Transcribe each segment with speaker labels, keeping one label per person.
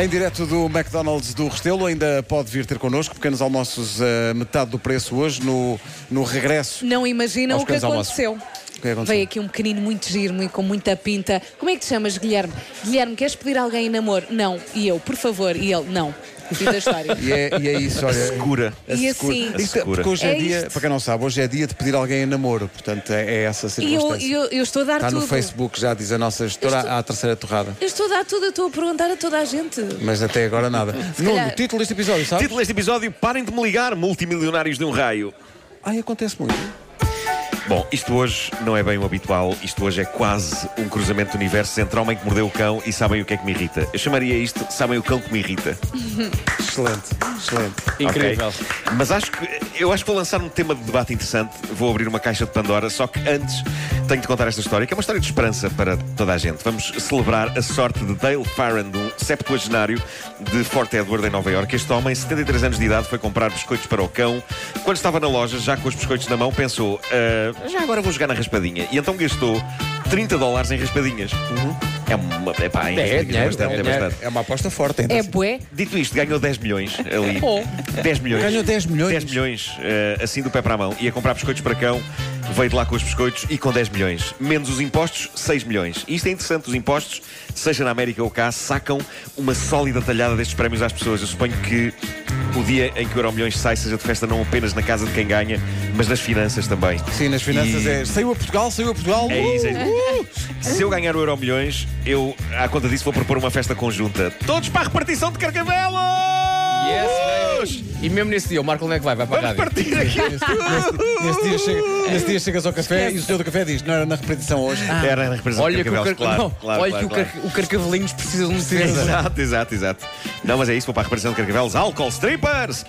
Speaker 1: Em direto do McDonald's do Restelo, ainda pode vir ter connosco pequenos almoços a metade do preço hoje no, no regresso.
Speaker 2: Não imaginam
Speaker 1: Aos
Speaker 2: o que
Speaker 1: pequenos almoços.
Speaker 2: aconteceu.
Speaker 1: O que é que aconteceu?
Speaker 2: Veio aqui um pequenino muito giro, muito- com muita pinta. Como é que te chamas, Guilherme? Guilherme, queres pedir alguém em namoro? Não. E eu, por favor. E ele, não. Fim da história.
Speaker 1: E é, e é isso, olha.
Speaker 3: Segura.
Speaker 2: e assim.
Speaker 3: A
Speaker 1: Isto é-
Speaker 3: secura.
Speaker 1: Porque hoje é,
Speaker 2: É
Speaker 1: dia,
Speaker 2: isto.
Speaker 1: para quem não sabe, hoje é dia de pedir alguém em namoro. Portanto, é, é essa a
Speaker 2: E eu,
Speaker 1: circunstância.
Speaker 2: eu, eu estou a dar
Speaker 1: Está
Speaker 2: tudo.
Speaker 1: Tá no Facebook, já diz a nossa gestora,
Speaker 2: Estou-
Speaker 1: à terceira torrada.
Speaker 2: Eu estou a dar tudo, eu estou a perguntar a toda a gente.
Speaker 1: Mas até agora nada. Nuno,
Speaker 2: calhar-
Speaker 1: título deste episódio, sabe?
Speaker 3: Título deste episódio: Parem de me ligar, multimilionários de um raio.
Speaker 1: Ai, acontece muito.
Speaker 3: Bom, isto hoje não é bem o habitual, isto hoje é quase um cruzamento de universos entre homem que mordeu o cão e sabem o que é que me irrita. Eu chamaria isto Sabem o cão que me irrita.
Speaker 1: Excelente, excelente.
Speaker 4: Incrível.
Speaker 3: Ok? Mas acho que eu acho que vou lançar um tema de debate interessante. Vou abrir uma caixa de Pandora, só que antes tenho de contar esta história, que é uma história de esperança para toda a gente. Vamos celebrar a sorte de Dale Farrand, um septuagenário de Fort Edward, em Nova Iorque. Este homem, 73 anos de idade, foi comprar biscoitos para o cão. Quando estava na loja, já com os biscoitos na mão, pensou: "Ah, já agora vou jogar na raspadinha. E então gastou 30 dólares em raspadinhas. É uma. É, pá, em
Speaker 4: Uhum. É,
Speaker 3: raspadinhas,
Speaker 4: dinheiro,
Speaker 3: bastante,
Speaker 4: é
Speaker 3: é
Speaker 4: dinheiro.
Speaker 3: bastante.
Speaker 1: É uma aposta forte, ainda.
Speaker 2: É
Speaker 1: assim.
Speaker 2: bué?
Speaker 3: Dito isto, ganhou 10 milhões ali.
Speaker 2: Oh.
Speaker 3: 10 milhões.
Speaker 1: Ganhou 10 milhões?
Speaker 3: 10 milhões, eh, assim do pé para a mão. Ia comprar biscoitos para cão, veio de lá com os biscoitos e com 10 milhões. Menos os impostos, 6 milhões. E isto é interessante, os impostos, seja na América ou cá, sacam uma sólida talhada destes prémios às pessoas. Eu suponho que o dia em que o Euro Milhões sai seja de festa não apenas na casa de quem ganha, mas nas finanças também.
Speaker 1: Sim, nas finanças
Speaker 3: E-
Speaker 1: é. Saiu a Portugal, saiu a Portugal.
Speaker 3: é isso, é isso. Se eu ganhar o Euro Milhões, eu, à conta disso, vou propor uma festa conjunta. Todos para a repartição de carcavelos!
Speaker 4: Yes, baby. E mesmo nesse dia, o Marco onde é que vai? Vai para a
Speaker 3: Vamos
Speaker 4: rádio.
Speaker 3: partir aqui!
Speaker 1: Uh! Nesse, dia chega- nesse dia chegas ao café e o senhor do café diz: Não era na repetição hoje.
Speaker 3: Era na representação
Speaker 4: Ah. Olha
Speaker 3: de
Speaker 4: que, o,
Speaker 3: carcavelos,
Speaker 4: car...
Speaker 3: claro,
Speaker 4: não,
Speaker 3: claro,
Speaker 4: olha
Speaker 3: claro,
Speaker 4: que
Speaker 3: claro.
Speaker 4: O, car... o Carcavelinhos precisa de um cinza.
Speaker 3: Exato, exato, exato. Não, mas é isso, vou para a representação de carcavelos. Álcool strippers!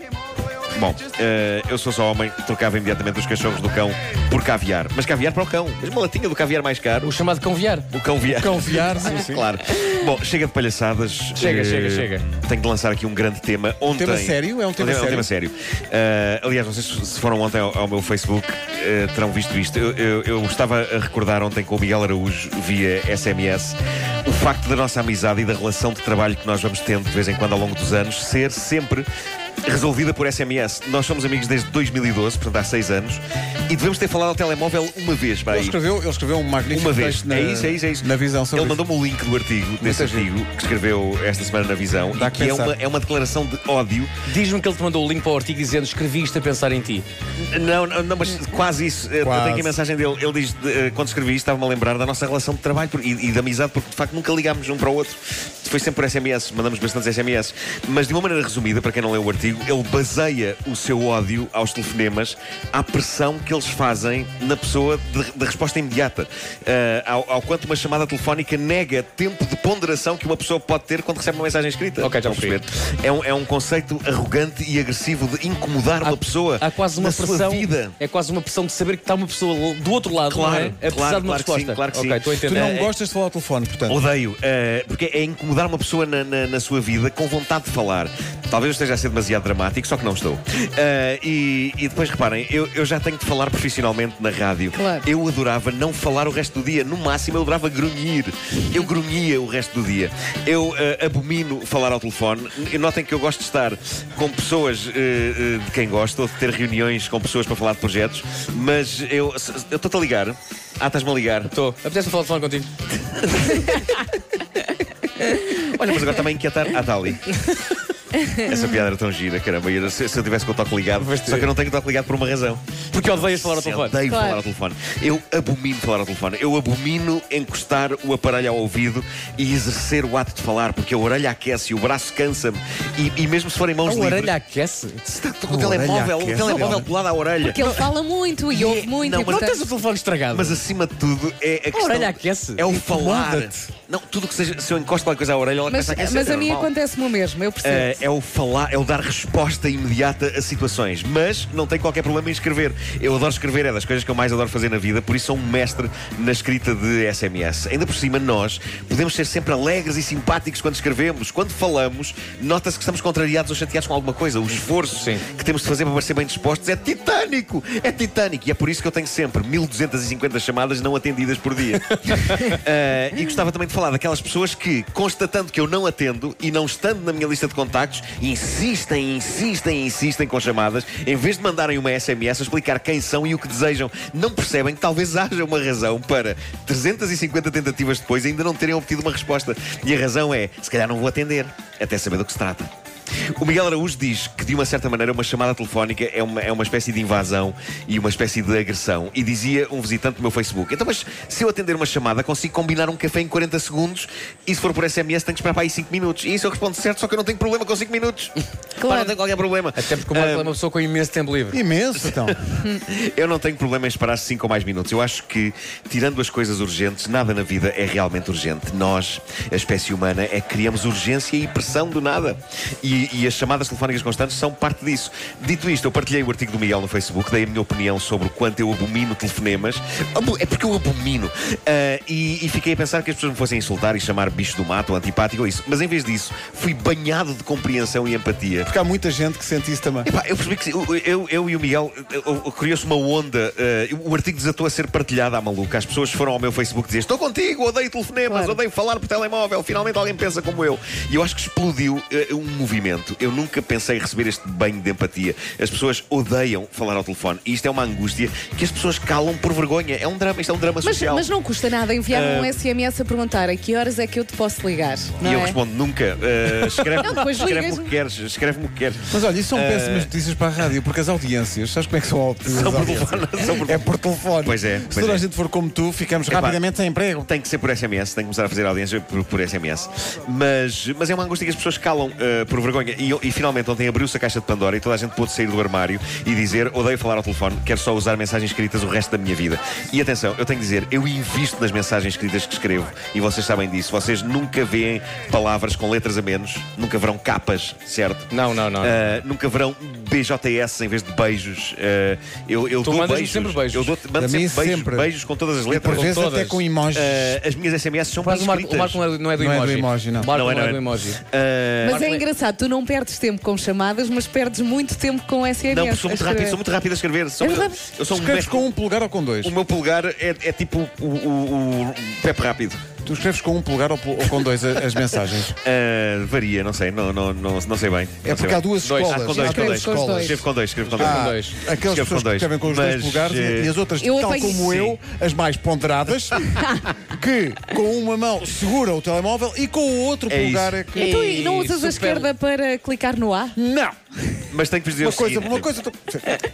Speaker 3: Bom, eh, eu sou só homem, trocava imediatamente os cachorros do cão por caviar. Mas caviar para o cão. Mas uma latinha do caviar mais caro,
Speaker 4: O chamado conviar.
Speaker 3: o cão viar.
Speaker 1: Confiar, sim, sim.
Speaker 3: Claro. Bom, chega de palhaçadas.
Speaker 4: Chega,
Speaker 3: Eh,
Speaker 4: chega, chega.
Speaker 3: Tenho de lançar aqui um grande tema. Ontem.
Speaker 1: Tema sério? É um tema
Speaker 3: É um tema sério. Eh, aliás, não sei se- se foram ontem ao, ao meu Facebook, eh, terão visto isto. Eu, eu- eu estava a recordar ontem com o Miguel Araújo, via SMS, o facto da nossa amizade e da relação de trabalho que nós vamos tendo de vez em quando ao longo dos anos ser sempre. Resolvida por SMS. Nós somos amigos desde 2012, portanto há seis anos, e devemos ter falado ao telemóvel uma vez. para
Speaker 1: Ele
Speaker 3: aí.
Speaker 1: escreveu, ele escreveu um magnífico
Speaker 3: Uma vez.
Speaker 1: texto na,
Speaker 3: é isso, é isso, é isso.
Speaker 1: na visão sobre
Speaker 3: Ele mandou-me o link do artigo, desse
Speaker 1: giro.
Speaker 3: artigo, que escreveu esta semana na visão,
Speaker 1: Dá
Speaker 3: e
Speaker 1: que
Speaker 3: que é
Speaker 1: pensar.
Speaker 3: uma, é uma declaração de ódio.
Speaker 4: Diz-me que ele te mandou o link para o artigo dizendo escrevi isto a pensar em ti.
Speaker 3: Não, não, não, mas quase isso. Eh,
Speaker 1: Quase.
Speaker 3: Eu tenho aqui a mensagem dele. Ele diz, de, eh, quando escrevi isto, estava-me a lembrar da nossa relação de trabalho por- e, e de amizade, porque de facto nunca ligámos um para o outro. Foi sempre por SMS, mandamos bastantes SMS. Mas de uma maneira resumida, para quem não leu o artigo, ele baseia o seu ódio aos telefonemas à pressão que eles fazem na pessoa de- da resposta imediata. Eh, ao, ao quanto uma chamada telefónica nega tempo de ponderação que uma pessoa pode ter quando recebe uma mensagem escrita.
Speaker 4: Ok, já
Speaker 3: Estão a
Speaker 4: percebi.
Speaker 3: perceber? É um, é um conceito arrogante e agressivo de incomodar
Speaker 4: Ah,
Speaker 3: uma pessoa
Speaker 4: Há quase uma
Speaker 3: na sua
Speaker 4: pressão.
Speaker 3: vida.
Speaker 4: É quase uma pressão de saber que está uma pessoa do outro lado,
Speaker 3: Claro,
Speaker 4: não é? Apesar
Speaker 3: claro,
Speaker 4: de uma
Speaker 3: claro que sim,
Speaker 4: resposta.
Speaker 3: claro que
Speaker 4: ok,
Speaker 3: sim.
Speaker 4: estou a
Speaker 1: Tu
Speaker 4: entender.
Speaker 1: não
Speaker 4: É-
Speaker 1: gostas de falar ao telefone, portanto.
Speaker 3: Odeio, eh, porque é incomodar uma pessoa na, na- na sua vida com vontade de falar. Talvez eu esteja a ser demasiado dramático, só que não estou. Eh, e, e depois reparem, eu, eu já tenho de falar profissionalmente na rádio.
Speaker 2: Claro.
Speaker 3: Eu adorava não falar o resto do dia. No máximo, eu adorava grunhir. Eu grunhia o resto do dia. Eu eh, abomino falar ao telefone. E Notem que eu gosto de estar com pessoas eh, eh, de quem gosto, ou de ter reuniões com pessoas para falar de projetos, mas eu eu estou-te a ligar. Ah, estás-me a ligar.
Speaker 4: Estou. Apetece-me falar de falar contigo.
Speaker 3: Olha, mas agora também inquietar a Dali. Essa piada era tão gira, caramba. E era- Se, se eu tivesse com o toque ligado,
Speaker 4: Vais ter.
Speaker 3: só que eu não tenho o toque ligado por uma razão.
Speaker 4: Porque odeias falar ao
Speaker 3: Se
Speaker 4: telefone.
Speaker 3: Odeio
Speaker 2: Claro.
Speaker 3: falar ao telefone. Eu abomino falar ao telefone. Eu abomino encostar o aparelho ao ouvido e exercer o ato de falar, porque a orelha aquece, o braço cansa-me. E, e mesmo se forem mãos
Speaker 4: A
Speaker 3: livres.
Speaker 4: orelha aquece.
Speaker 3: Se tá- com
Speaker 1: A
Speaker 3: o
Speaker 1: orelha
Speaker 3: telemóvel,
Speaker 1: aquece,
Speaker 3: o telemóvel
Speaker 1: realmente.
Speaker 3: colado à orelha.
Speaker 2: Porque ele fala muito e ouve muito.
Speaker 3: não, mas
Speaker 2: e
Speaker 4: Não
Speaker 2: portanto-
Speaker 4: tens o telefone estragado.
Speaker 3: Mas acima de tudo é a questão.
Speaker 4: orelha aquece.
Speaker 3: É o falar.
Speaker 1: Incomoda-te.
Speaker 3: Não, tudo que seja. Se eu encosto alguma coisa à orelha, ela
Speaker 2: mas,
Speaker 3: começa a aquecer.
Speaker 2: mas
Speaker 3: é
Speaker 2: a mim
Speaker 3: normal.
Speaker 2: acontece-me o mesmo, eu percebo.
Speaker 3: Eh, é o falar, é o dar resposta imediata a situações. Mas não tem qualquer problema em escrever. Eu adoro escrever, é das coisas que eu mais adoro fazer na vida, por isso sou um mestre na escrita de SMS. Ainda por cima, nós podemos ser sempre alegres e simpáticos quando escrevemos. Quando falamos, nota-se que estamos contrariados ou chateados com alguma coisa. O esforço
Speaker 4: Sim.
Speaker 3: que temos de fazer para parecer bem dispostos é titânico. É titânico. E é por isso que eu tenho sempre 1250 chamadas não atendidas por dia. Eh, e gostava também de falar daquelas pessoas que, constatando que eu não atendo e não estando na minha lista de contactos, insistem, insistem, insistem com chamadas, em vez de mandarem uma SMS a explicar quem são e o que desejam. Não percebem que talvez haja uma razão para 350 tentativas depois ainda não terem obtido uma resposta. E a razão é: se calhar não vou atender, até saber do que se trata. O Miguel Araújo diz que, de uma certa maneira, uma chamada telefónica é uma, é uma espécie de invasão e uma espécie de agressão. E dizia um visitante do meu Facebook: Então, mas se eu atender uma chamada, consigo combinar um café em 40 segundos e se for por SMS, tenho que esperar para aí 5 minutos. E isso eu respondo certo, só que eu não tenho problema com 5 minutos. Pá, não tenho qualquer problema.
Speaker 4: Até porque o Marco é uma pessoa com imenso tempo livre.
Speaker 1: Imenso, então.
Speaker 3: Eu não tenho problema em esperar 5 ou mais minutos. Eu acho que, tirando as coisas urgentes, nada na vida é realmente urgente. Nós, a espécie humana, é que criamos urgência e pressão do nada. E, e as chamadas telefónicas constantes são parte disso. Dito isto, eu partilhei o artigo do Miguel no Facebook, dei a minha opinião sobre o quanto eu abomino telefonemas. Abo- É porque eu abomino. Ah, e, e fiquei a pensar que as pessoas me fossem insultar e chamar bicho do mato, antipático ou isso. Mas em vez disso, fui banhado de compreensão e empatia.
Speaker 1: Porque há muita gente que sente isso também.
Speaker 3: Epá, eu percebi que sim. eu, eu- eu e o Miguel eu- eu- criou-se uma onda. eh, o artigo desatou a ser partilhado à maluca. As pessoas foram ao meu Facebook dizer: Estou contigo, odeio telefonemas,
Speaker 2: Claro.
Speaker 3: odeio falar por telemóvel. Finalmente alguém pensa como eu. E eu acho que explodiu eh, um movimento. Eu nunca pensei receber este banho de empatia. As pessoas odeiam falar ao telefone. E isto é uma angústia que as pessoas calam por vergonha. É um drama, isto é um drama
Speaker 2: Mas,
Speaker 3: social. Ah.
Speaker 2: mas não custa nada enviar me um SMS a perguntar a que horas é que eu te posso ligar. Não
Speaker 3: e eu
Speaker 2: é?
Speaker 3: respondo nunca. eh, Escreve-me
Speaker 2: Não, depois
Speaker 3: escreve-me
Speaker 2: ligas-me.
Speaker 3: o que queres, escreve-me o que queres.
Speaker 1: Mas olha, isso são péssimas notícias para a rádio, porque as audiências, sabes como é que são altas?
Speaker 3: Eh, São
Speaker 1: as
Speaker 3: por
Speaker 1: audiências?
Speaker 3: telefone, são por
Speaker 1: É por telefone.
Speaker 3: Pois é,
Speaker 1: Se
Speaker 3: pois
Speaker 1: toda a
Speaker 3: é.
Speaker 1: gente for como tu, ficamos
Speaker 3: Epá.
Speaker 1: rapidamente sem emprego.
Speaker 3: Tem que ser por SMS, tem que começar a fazer audiência por, por SMS. Mas, mas é uma angústia que as pessoas calam eh, por vergonha. E, eu- e finalmente ontem abriu-se a caixa de Pandora e toda a gente pôde sair do armário e dizer: odeio falar ao telefone, quero só usar mensagens escritas o resto da minha vida. E atenção, eu tenho que dizer: eu invisto nas mensagens escritas que escrevo e vocês sabem disso. Vocês nunca veem palavras com letras a menos, nunca verão capas, certo?
Speaker 4: Não, não, não.
Speaker 3: Eh, nunca verão BJS em vez de beijos. Eh, eu eu
Speaker 4: Tu
Speaker 3: dou
Speaker 4: mandas-me
Speaker 3: beijos.
Speaker 4: sempre beijos.
Speaker 3: Eu dou, mando
Speaker 1: A mim
Speaker 3: sempre beijos,
Speaker 1: sempre.
Speaker 3: beijos com todas as
Speaker 1: Por
Speaker 3: letras.
Speaker 1: vezes
Speaker 4: todas.
Speaker 1: até com emojis.
Speaker 3: Eh, as minhas SMS são
Speaker 4: Mas
Speaker 3: bem
Speaker 4: o Marco, o
Speaker 3: escritas.
Speaker 4: Marco não é- não é do
Speaker 1: Não é do
Speaker 4: emoji.
Speaker 1: emoji, não.
Speaker 4: O Marco
Speaker 3: Não
Speaker 4: não,
Speaker 3: é, não
Speaker 4: é
Speaker 3: é.
Speaker 4: do emoji.
Speaker 3: Eh,
Speaker 2: Mas é engraçado, tu não perdes tempo com chamadas, mas perdes muito tempo com SMS.
Speaker 3: não, sou muito
Speaker 2: a
Speaker 3: rápido,
Speaker 2: escrever.
Speaker 3: sou muito rápido a escrever. Sou
Speaker 2: É
Speaker 3: muito-
Speaker 2: verdade.
Speaker 3: eu sou um
Speaker 1: Escreves
Speaker 3: mestre.
Speaker 1: com um polegar ou com dois?
Speaker 3: O meu polegar é, é tipo o, o, o Pepe Rápido.
Speaker 1: Tu escreves com um polegar ou, pol- ou com dois a- as mensagens?
Speaker 3: Eh, varia, não sei, não, não, não, não sei bem.
Speaker 1: É
Speaker 3: Não sei
Speaker 1: porque
Speaker 3: bem.
Speaker 1: há duas
Speaker 4: Dois.
Speaker 1: escolas.
Speaker 3: Ah, com dois, com
Speaker 1: há
Speaker 3: dois.
Speaker 1: duas
Speaker 2: Com os
Speaker 1: escolas.
Speaker 2: dois.
Speaker 3: Escrevo com dois, escrevo com dois.
Speaker 1: Ah,
Speaker 4: Com dois.
Speaker 1: aquelas
Speaker 3: Escrevo
Speaker 1: pessoas
Speaker 3: com
Speaker 1: que
Speaker 3: dois.
Speaker 1: escrevem com os dois
Speaker 3: Mas,
Speaker 1: polegares
Speaker 3: eh,
Speaker 1: e, e as outras,
Speaker 2: eu
Speaker 1: tal
Speaker 2: apanho-
Speaker 1: como
Speaker 3: Sim.
Speaker 1: eu, as mais ponderadas, que com uma mão segura o telemóvel e com o outro
Speaker 3: É isso.
Speaker 1: polegar é que.
Speaker 2: Então, e não
Speaker 4: Ei,
Speaker 2: usas a
Speaker 4: super-
Speaker 2: esquerda para clicar no A?
Speaker 1: Não!
Speaker 3: Mas tenho que vos dizer
Speaker 1: Uma
Speaker 3: o
Speaker 1: coisa,
Speaker 3: seguinte.
Speaker 1: uma coisa. tu-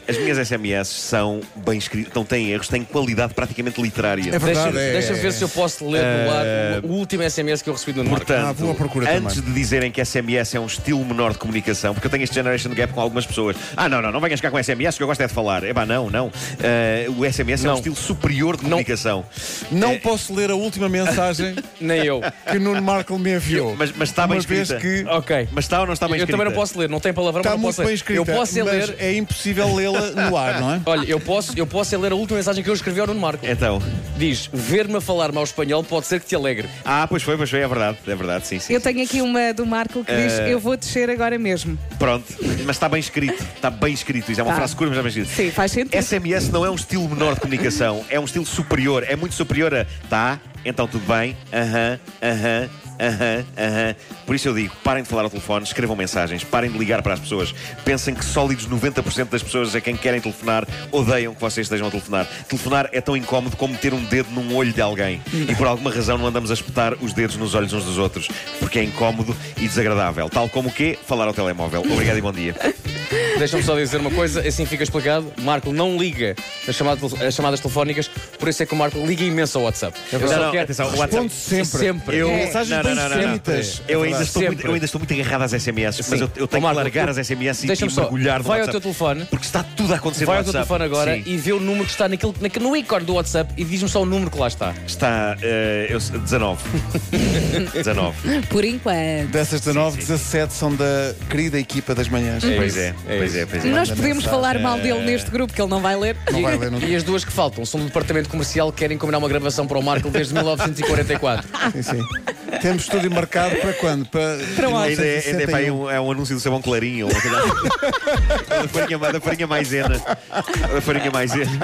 Speaker 3: As minhas SMS são bem escritas, não têm erros, têm qualidade praticamente literária.
Speaker 1: É verdade,
Speaker 4: Deixa-
Speaker 1: é.
Speaker 4: Deixa-me ver se eu posso ler
Speaker 3: Eh,
Speaker 4: no ar o último SMS que eu recebi do Marco.
Speaker 1: Ah,
Speaker 3: Portanto,
Speaker 1: vou à procura
Speaker 3: antes
Speaker 1: também.
Speaker 3: de dizerem que SMS é um estilo menor de comunicação, porque eu tenho este generation gap com algumas pessoas. Ah, não, não, não venhas cá com SMS, que eu gosto é de falar. Epá, não, não. Eh, o SMS é um
Speaker 4: Não.
Speaker 3: estilo superior de comunicação. É.
Speaker 1: Não posso ler a última mensagem
Speaker 4: Nem eu.
Speaker 1: que Nuno Marco me enviou.
Speaker 3: Mas, mas está bem
Speaker 1: uma
Speaker 3: escrita.
Speaker 1: vez que
Speaker 4: Ok.
Speaker 3: Mas está ou não está bem
Speaker 4: eu
Speaker 3: escrita? Tá
Speaker 4: também não posso ler, não tem palavrão,
Speaker 1: está
Speaker 4: mas não posso
Speaker 1: muito
Speaker 4: ler.
Speaker 1: bem escrita.
Speaker 4: eu posso é
Speaker 1: mas
Speaker 4: ler.
Speaker 1: é impossível lê-la no ar, não é?
Speaker 4: Olha, eu posso, eu posso é ler a última mensagem que eu escrevi ao Nuno Marco.
Speaker 3: Então.
Speaker 4: Diz: Ver-me a falar mal espanhol pode ser que te alegre.
Speaker 3: Ah, pois foi, pois foi, é verdade. É verdade, sim, sim.
Speaker 2: Eu tenho aqui uma do Marco que diz: Eu vou descer agora mesmo.
Speaker 3: Pronto. Mas está bem escrito. Está bem escrito. Isso é uma
Speaker 2: Tá.
Speaker 3: frase curta, mas está bem escrito.
Speaker 2: Sim, faz sentido.
Speaker 3: SMS não é um estilo menor de comunicação, é um estilo superior, é muito superior a tá, então tudo bem, aham, aham, aham, aham. Por isso eu digo, parem de falar ao telefone, escrevam mensagens, parem de ligar para as pessoas, pensem que sólidos 90% das pessoas a quem querem telefonar odeiam que vocês estejam a telefonar. Telefonar é tão incómodo como ter um dedo num olho de alguém e por alguma razão não andamos a espetar os dedos nos olhos uns dos outros, porque é incómodo e desagradável, tal como o quê? Falar ao telemóvel. Obrigado e bom dia.
Speaker 4: Deixa-me só dizer uma coisa, assim fica explicado. Marco não liga as chamadas, as chamadas telefónicas, por isso é que o Marco liga imenso ao WhatsApp. Eu
Speaker 3: É Não,
Speaker 4: só
Speaker 3: não,
Speaker 4: quero-
Speaker 3: atenção, o WhatsApp-
Speaker 4: Respondo sempre. sempre.
Speaker 3: Eu-
Speaker 1: Mensagens
Speaker 3: Não, não,
Speaker 1: bem
Speaker 3: não, não, não.
Speaker 1: feitas.
Speaker 3: Eu ainda, estou
Speaker 4: Sempre.
Speaker 3: muito, eu ainda estou muito agarrado às SMS, mas
Speaker 4: É Sim.
Speaker 3: eu, eu tenho
Speaker 4: Ó, Marco,
Speaker 3: que largar
Speaker 4: tu-
Speaker 3: as SMS e, e
Speaker 4: deixa-me só.
Speaker 3: mergulhar no
Speaker 4: Vai ao
Speaker 3: WhatsApp.
Speaker 4: teu telefone.
Speaker 3: Porque está tudo a acontecer
Speaker 4: Vai
Speaker 3: no
Speaker 4: ao teu
Speaker 3: WhatsApp.
Speaker 4: telefone agora
Speaker 3: Sim.
Speaker 4: e vê o número que está naquele, naque- no ícone do WhatsApp e diz-me só o número que lá está.
Speaker 3: Está eh, eu, 19.
Speaker 4: É
Speaker 3: 19.
Speaker 2: Por enquanto.
Speaker 5: Dessas 19, 17 são da querida equipa das manhãs.
Speaker 3: pois, é,
Speaker 4: é
Speaker 3: pois
Speaker 4: isso.
Speaker 3: é, pois é.
Speaker 2: Nós
Speaker 5: manda
Speaker 2: podemos
Speaker 5: mensagem.
Speaker 2: falar mal dele neste grupo, que ele não vai ler.
Speaker 5: Não vai ler, não.
Speaker 4: E as duas que faltam são do departamento comercial que querem combinar uma gravação para o Marco desde 1944.
Speaker 5: Sim, sim. Temos tudo marcado para quando? Para,
Speaker 2: Para ontem.
Speaker 3: Ainda é, ainda é, pá, é um, é um anúncio do sabão clarinho. ou uma coisa assim. da, farinha, da farinha maisena. Da farinha maisena.